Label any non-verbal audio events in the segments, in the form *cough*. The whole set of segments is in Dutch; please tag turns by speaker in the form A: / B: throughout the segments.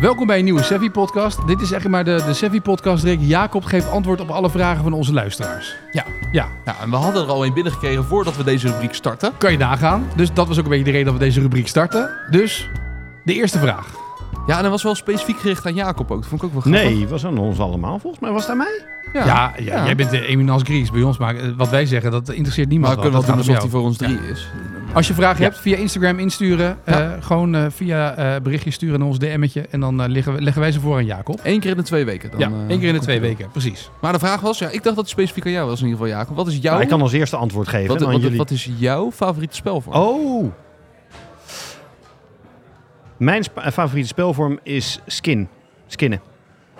A: Welkom bij een nieuwe Sevi-podcast. Dit is echt maar de, de Sevi-podcast. Rick Jacob geeft antwoord op alle vragen van onze luisteraars.
B: Ja.
A: Ja,
B: Ja, Nou, en we hadden er al een binnengekregen voordat we deze rubriek starten.
A: kan je nagaan. Dus dat was ook een beetje de reden dat we deze rubriek starten. Dus, de eerste vraag.
B: Ja, en dat was wel specifiek gericht aan Jacob ook. Dat vond ik ook wel grappig.
C: Nee, was aan ons allemaal volgens mij. Was het aan mij?
A: Ja, ja, jij bent eh, de eminence Grieks bij ons. Maar eh, wat wij zeggen, dat interesseert niemand.
B: Maar we kunnen
A: wat.
B: wel doen
A: Dat
B: alsof
A: gaat
B: hij
A: om
B: voor ons drie is.
A: jou. Als je vragen
C: Ja.
A: hebt, via Instagram insturen.
B: Ja.
A: Eh, gewoon eh, via eh berichtje sturen naar ons DM'tje. En dan eh, leggen, we- leggen wij ze voor aan Jacob.
B: Eén keer in de twee weken. Dan,
A: ja,
B: eh,
A: één keer in de
B: komt
A: twee
B: het wel.
A: weken. Precies.
B: Maar de vraag was, ja, ik dacht dat het specifiek aan jou was in ieder geval, Jacob. Wat is jouw,
C: Nou, ik kan als eerste antwoord geven.
B: wat,
C: dan
B: wat,
C: jullie...
B: wat is jouw favoriete spelvorm?
C: Oh! Mijn sp- eh, favoriete spelvorm is skin. Skinnen.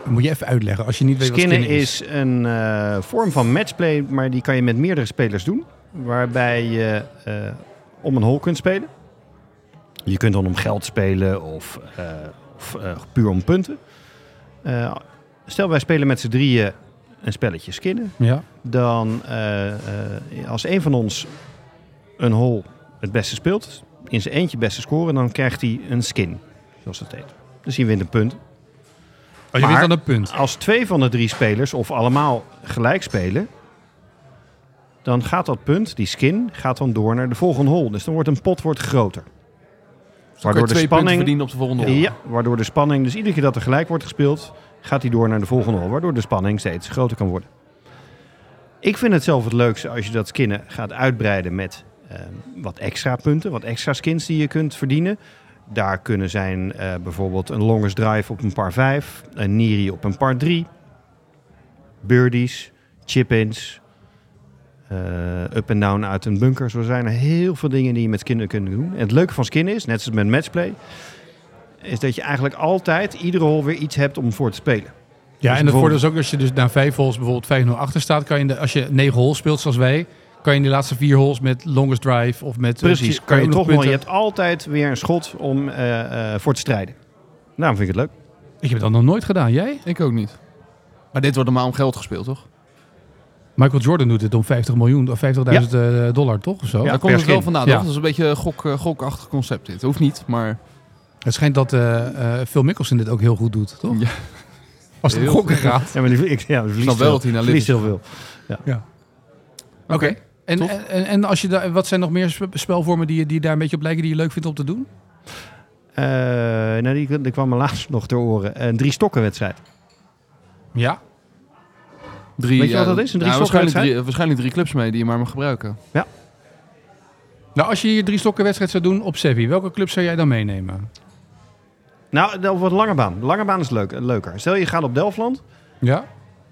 A: Dan moet je even uitleggen als je niet weet
C: Skinnen,
A: wat skinnen is.
C: is een eh, vorm van matchplay, maar die kan je met meerdere spelers doen. Waarbij je eh, om een hol kunt spelen. Je kunt dan om geld spelen of, eh, of eh, puur om punten. Eh, stel, wij spelen met z'n drieën een spelletje skinnen.
A: Ja.
C: dan eh, eh, als een van ons een hol het beste speelt, in zijn eentje het beste scoren, dan krijgt hij een skin, zoals dat heet. Dus hij wint een punt.
A: Oh, je
C: Maar-
A: wint dan een punt.
C: Als twee van de drie spelers of allemaal gelijk spelen, dan gaat dat punt, die skin, gaat dan door naar de volgende hol. Dus dan wordt een pot wordt groter.
B: Kan je
C: Waardoor de
B: twee punten
C: spanning
B: verdienen op de volgende ronde?
C: ja, waardoor de spanning, dus iedere keer dat er gelijk wordt gespeeld, gaat hij door naar de volgende hol. Waardoor de spanning steeds groter kan worden. Ik vind het zelf het leukste als je dat skinnen gaat uitbreiden met ehm, wat extra punten, wat extra skins die je kunt verdienen. Daar kunnen zijn eh, bijvoorbeeld een longest drive op een par 5, een niri op een par 3, birdies, chip-ins, eh, up en down uit een bunker. Zo zijn er heel veel dingen die je met skinnen kunt doen. En het leuke van skinnen is, net zoals met matchplay, is dat je eigenlijk altijd iedere hol weer iets hebt om voor te spelen.
A: Ja,
C: Dus
A: en het
C: bijvoorbeeld-
A: voordeel is ook als je dus na vijf holes bijvoorbeeld 5-0 achter staat, kan je in de, als je negen holes speelt zoals wij, kan je in de laatste vier holes met longest drive of met eh,
C: Precies,
A: chi-
C: kan je
A: ook nog
C: toch wel. Je
A: punten-
C: hebt altijd weer een schot om eh, eh, voor te strijden. Daarom vind ik het leuk.
A: Ik heb dat nog nooit gedaan, jij?
B: Ik ook niet. Maar dit wordt normaal om geld gespeeld, toch?
A: Michael Jordan doet dit om 50 miljoen of 50.000 eh, dollar toch of zo.
C: Ja.
B: Daar komt het
C: per
B: wel
C: skin.
B: vandaan,
A: Ja.
B: toch? Dat is een beetje een gok, eh, gokachtig concept dit. Hoeft niet, maar...
A: Het schijnt dat eh, eh, Phil Mickelson dit ook heel goed doet, toch?
B: Ja.
A: *laughs* Als het om
B: Heel
A: gokken
B: goed.
A: gaat.
C: *laughs* Ja, maar die- ik ja, die verliest
B: snap wel
C: heel-
B: dat hij naar
C: verliest heel
B: Liverpool
C: veel.
B: Oké.
A: En,
B: Tof.
A: en, en als je daar- wat zijn nog meer sp- spelvormen die, je- die daar een beetje op lijken die je leuk vindt om te doen?
C: Eh nou, die, die kwam me laatst *laughs* nog ter oren. Een drie stokken wedstrijd.
A: Ja.
B: Drie,
C: Weet je wat
B: ja,
C: dat is? Een drie
B: ja,
C: stokkenwedstrijd?
B: waarschijnlijk, drie, eh, waarschijnlijk drie clubs mee die je maar mag gebruiken.
A: Nou, als je hier drie stokken wedstrijd zou doen op Sevi, welke club zou jij dan meenemen?
C: Nou, dan wordt lange baan. De lange baan is leuk, leuker. Stel je gaat op Delftland.
A: Ja.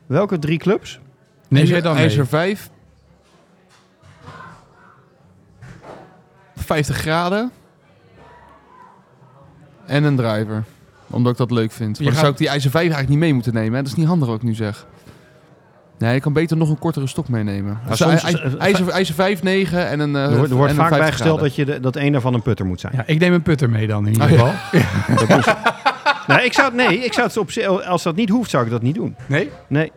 C: Welke drie clubs?
A: Neem
B: IJzer-
A: jij dan mee?
B: IJzer 5. 50 graden. En een driver. Omdat ik dat leuk vind.
A: Je
B: Maar dan
A: gaat-
B: zou ik die ijzer 5 eigenlijk niet mee moeten nemen. Hè? Dat is niet handig wat ik nu zeg. Nee, je kan beter nog een kortere stok meenemen. Dus
C: soms-
B: ij- ij- ijzer, ijzer 5, 9 en een eh,
C: er wordt, er wordt
B: en
C: vaak
B: een 50
C: bijgesteld
B: graden.
C: dat, je de- dat een daarvan een putter moet zijn.
A: Ja, ik neem een putter mee dan in ieder
B: Oh, ja.
A: geval.
B: *laughs*
C: *laughs* Nou, ik zou, het- nee, ik zou het op, zich- als dat niet hoeft, zou ik dat niet doen.
A: Nee?
C: Nee.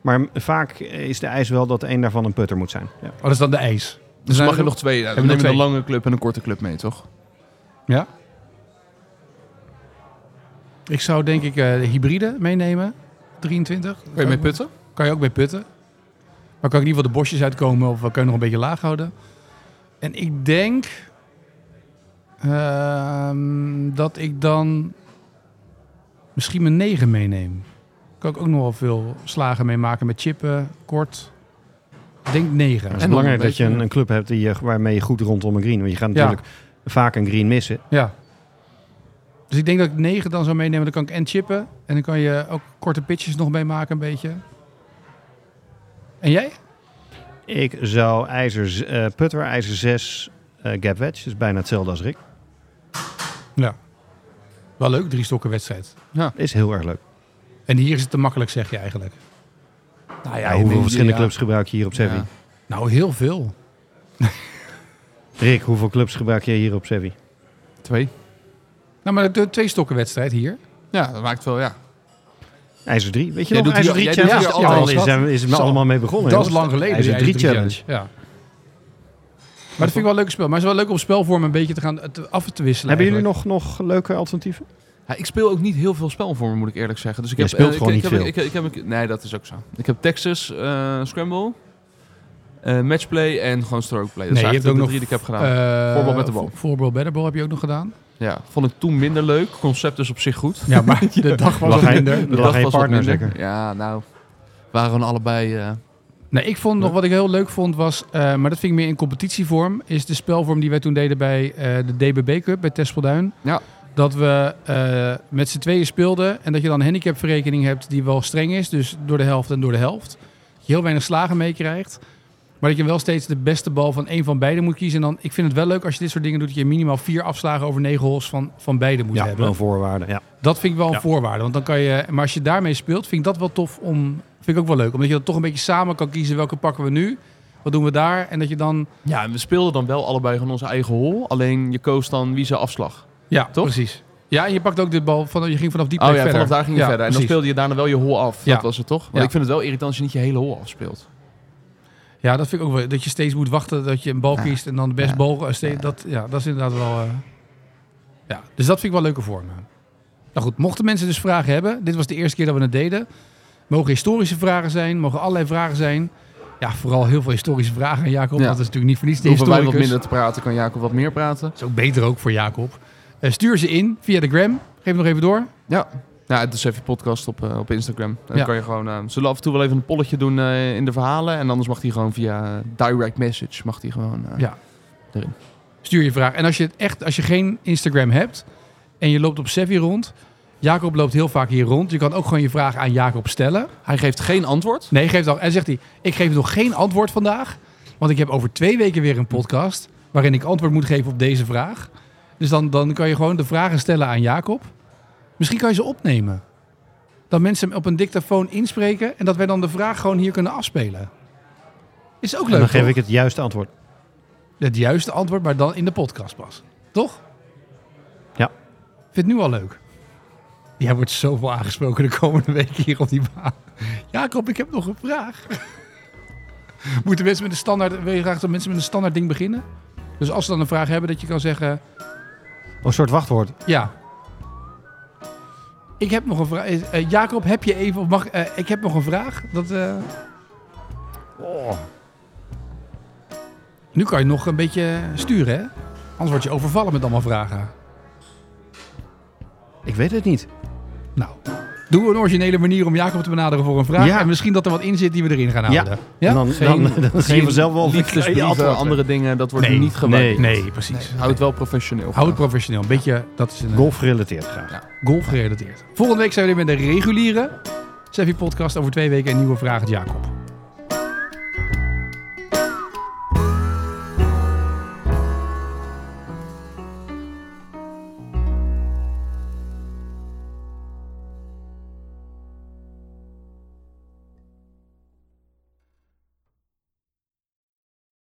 C: Maar m- vaak is de eis wel dat een daarvan een putter moet zijn. Ja.
A: Oh, dat is dan de ijs.
B: Dus
A: zijn
B: mag je
A: er
B: nog twee. Ja, dan
A: hebben we
B: neem je
A: nog
B: een lange club en een korte club mee, toch?
A: Ja? Ik zou denk ik eh, de hybride meenemen. 23.
B: Kun je mee putten?
A: Kan je ook mee putten. Maar kan ik in ieder geval de bosjes uitkomen of eh, kan je nog een beetje laag houden. En ik denk ehm, dat ik dan misschien mijn 9 meeneem. Kan ik ook nog wel veel slagen mee maken met chippen, kort. Ik denk 9.
C: Het
B: En
C: is
B: nog
C: belangrijk
B: een
C: dat je een,
B: beetje-
C: een club hebt die, je- waarmee je goed rondom een green. Want je gaat natuurlijk vaak een green missen.
A: Ja. Dus ik denk dat ik 9 dan zou meenemen. Dan kan ik en chippen. En dan kan je ook korte pitches nog mee maken een beetje. En jij?
C: Ik zou ijzer, z- eh, putter, ijzer 6, eh, gap wedge. Dus bijna hetzelfde als Rick.
A: Ja. Wel leuk, drie stokken wedstrijd.
C: Is heel erg leuk.
A: En hier is het te makkelijk, zeg je eigenlijk. Nou
C: Ja, hoeveel verschillende
A: ja.
C: clubs gebruik je hier op Sevi?
B: Ja.
A: Nou, heel veel.
C: Rick, hoeveel clubs gebruik je hier op Sevi?
B: Twee.
A: Nou, maar de twee stokken wedstrijd hier.
B: Ja, dat maakt wel, ja.
C: IJzer 3. Weet je
B: Jij
C: nog?
B: doet hier-
C: IJzer 3
B: jij doet
C: challenge.
B: hier
C: Ja,
B: altijd
C: al is,
B: wat.
C: zijn we- is het me
A: Zo.
C: allemaal mee begonnen.
A: dat is
C: jongens.
A: lang geleden.
C: IJzer
A: die
C: 3
A: IJzer
C: challenge.
A: Ja. Maar dat vind ik wel een leuk spel. Maar het is wel leuk om spelvorm een beetje te gaan te- af te wisselen.
C: Hebben jullie
A: eigenlijk.
C: nog, nog leuke alternatieven?
B: Ja, ik speel ook niet heel veel spelvormen, moet ik eerlijk zeggen. Dus ik
C: Je
B: heb,
C: speelt
B: eh, ik-
C: gewoon
B: ik,
C: niet
B: heb-
C: veel.
B: Ik, ik heb, ik- nee, dat is ook zo. Ik heb Texas eh, Scramble, eh, Matchplay en gewoon Strokeplay. Dat
A: Nee,
B: is
A: je hebt
B: eigenlijk
A: ook
B: de
A: nog
B: drie die ik heb gedaan.
A: Eh,
B: Voorbal met de bal.
A: vo- Voorbal bij de bal heb je ook nog gedaan.
B: ja, vond ik toen minder leuk. Concept is op zich goed.
A: *laughs* Ja, maar de dag was
C: Lag
A: wat
C: hij-
A: minder.
B: De
C: lag
B: dag
C: geen
B: was wat
C: partner,
B: minder.
C: zeker?
B: Ja, nou, waren gewoon allebei... eh,
A: Nee, ik vond nog wat ik heel leuk vond was, eh, maar dat vind ik meer in competitievorm, is de spelvorm die wij toen deden bij eh, de DBB Cup bij Tespelduin.
B: Ja.
A: Dat we eh, met z'n tweeën speelden en dat je dan een handicapverrekening hebt die wel streng is, dus door de helft en door de helft. Dat je heel weinig slagen meekrijgt, maar dat je wel steeds de beste bal van één van beiden moet kiezen. En dan, ik vind het wel leuk als je dit soort dingen doet, dat je minimaal vier afslagen over negen holes van, van beide moet
C: Ja,
A: hebben.
C: een voorwaarde. Ja.
A: Dat vind ik wel een
C: Ja.
A: voorwaarde. Want dan kan je, maar als je daarmee speelt, vind ik dat wel tof om. Vind ik ook wel leuk. Omdat je dan toch een beetje samen kan kiezen welke pakken we nu. Wat doen we daar? En dat je dan.
B: ja, en we speelden dan wel allebei gewoon onze eigen hol. Alleen je koos dan wie zijn afslag.
A: Ja,
B: Toch?
A: precies. Ja, en je pakt ook de bal. Van, je ging vanaf die
B: Oh
A: plek
B: ja,
A: verder.
B: vanaf daar ging je
A: Ja,
B: verder. En
A: precies.
B: dan speelde je daarna wel je hol af.
A: Ja.
B: Dat was het toch? Want
A: Ja.
B: ik vind het wel irritant als je niet je hele hol afspeelt.
A: Ja, dat vind ik ook wel. Dat je steeds moet wachten dat je een bal
B: Ja.
A: kiest. En dan de beste
B: Ja.
A: bal. eh, steeds-
B: Ja.
A: Dat, ja, dat is inderdaad wel. eh, ja, dus dat vind ik wel leuke vormen. Nou goed, mochten mensen dus vragen hebben. Dit was de eerste keer dat we het deden. Mogen historische vragen zijn. Mogen allerlei vragen zijn. Ja, vooral heel veel historische vragen aan Jacob.
B: Ja.
A: Dat is natuurlijk niet voor niets de
B: Hoeven wij wat
A: historicus.
B: minder te praten, kan Jacob wat meer praten.
A: Dat is ook beter ook voor Jacob. Eh, stuur ze in via de gram. Geef hem nog even door.
B: Ja. Ja, Nou, het is even podcast op, eh, op Instagram. En Dan
A: Ja.
B: kan je gewoon, eh, zullen we af en toe wel even een polletje doen eh, in de verhalen. En anders mag hij gewoon via direct message, mag hij gewoon... eh,
A: Ja. Stuur je vraag. En als je, het echt, als je geen Instagram hebt en je loopt op Sevi rond. Jacob loopt heel vaak hier rond. Je kan ook gewoon je vraag aan Jacob stellen.
B: Hij geeft geen antwoord.
A: Nee, geeft dan. En zegt hij, ik geef nog geen antwoord vandaag. Want ik heb over twee weken weer een podcast waarin ik antwoord moet geven op deze vraag. Dus dan, dan kan je gewoon de vragen stellen aan Jacob. Misschien kan je ze opnemen. Dat mensen hem op een dictafoon inspreken en dat wij dan de vraag gewoon hier kunnen afspelen. Is ook
C: En
A: leuk.
C: dan geef
A: toch?
C: ik het juiste antwoord.
A: het juiste antwoord, maar dan in de podcast pas. Toch?
C: Ja.
A: Vind het nu al leuk. Jij wordt zoveel aangesproken de komende weken hier op die baan. Jacob, ik heb nog een vraag. *laughs* Moeten mensen met een standaard, wil je graag dat mensen met een standaard ding beginnen? Dus als ze dan een vraag hebben, dat je kan zeggen,
C: Een soort wachtwoord.
A: ja. Ik heb nog een vraag. Eh, eh, Jacob, heb je even, of mag, eh, ik heb nog een vraag. Dat, eh,
C: Oh.
A: Nu kan je nog een beetje sturen, hè? Anders word je overvallen met allemaal vragen.
C: Ik weet het niet.
A: Nou, doen we een originele manier om Jacob te benaderen voor een vraag.
C: Ja.
A: En misschien dat er wat in zit die we erin gaan
C: Ja.
A: houden. Ja?
C: En dan,
B: Geen-
C: dan, dan zie je
B: geen
C: vanzelf wel of ik- je
B: Liefdesbrieven,
C: antwoord-
B: dus andere dingen, dat wordt niet gewaardeerd.
A: Nee, nee, precies.
B: Houd het wel professioneel.
A: Hou het professioneel. Een beetje, dat is een eh,
C: Golf gerelateerd graag.
A: golf gerelateerd. Volgende week zijn we weer met de reguliere Sevi podcast. Over twee weken een nieuwe vraag aan Jacob.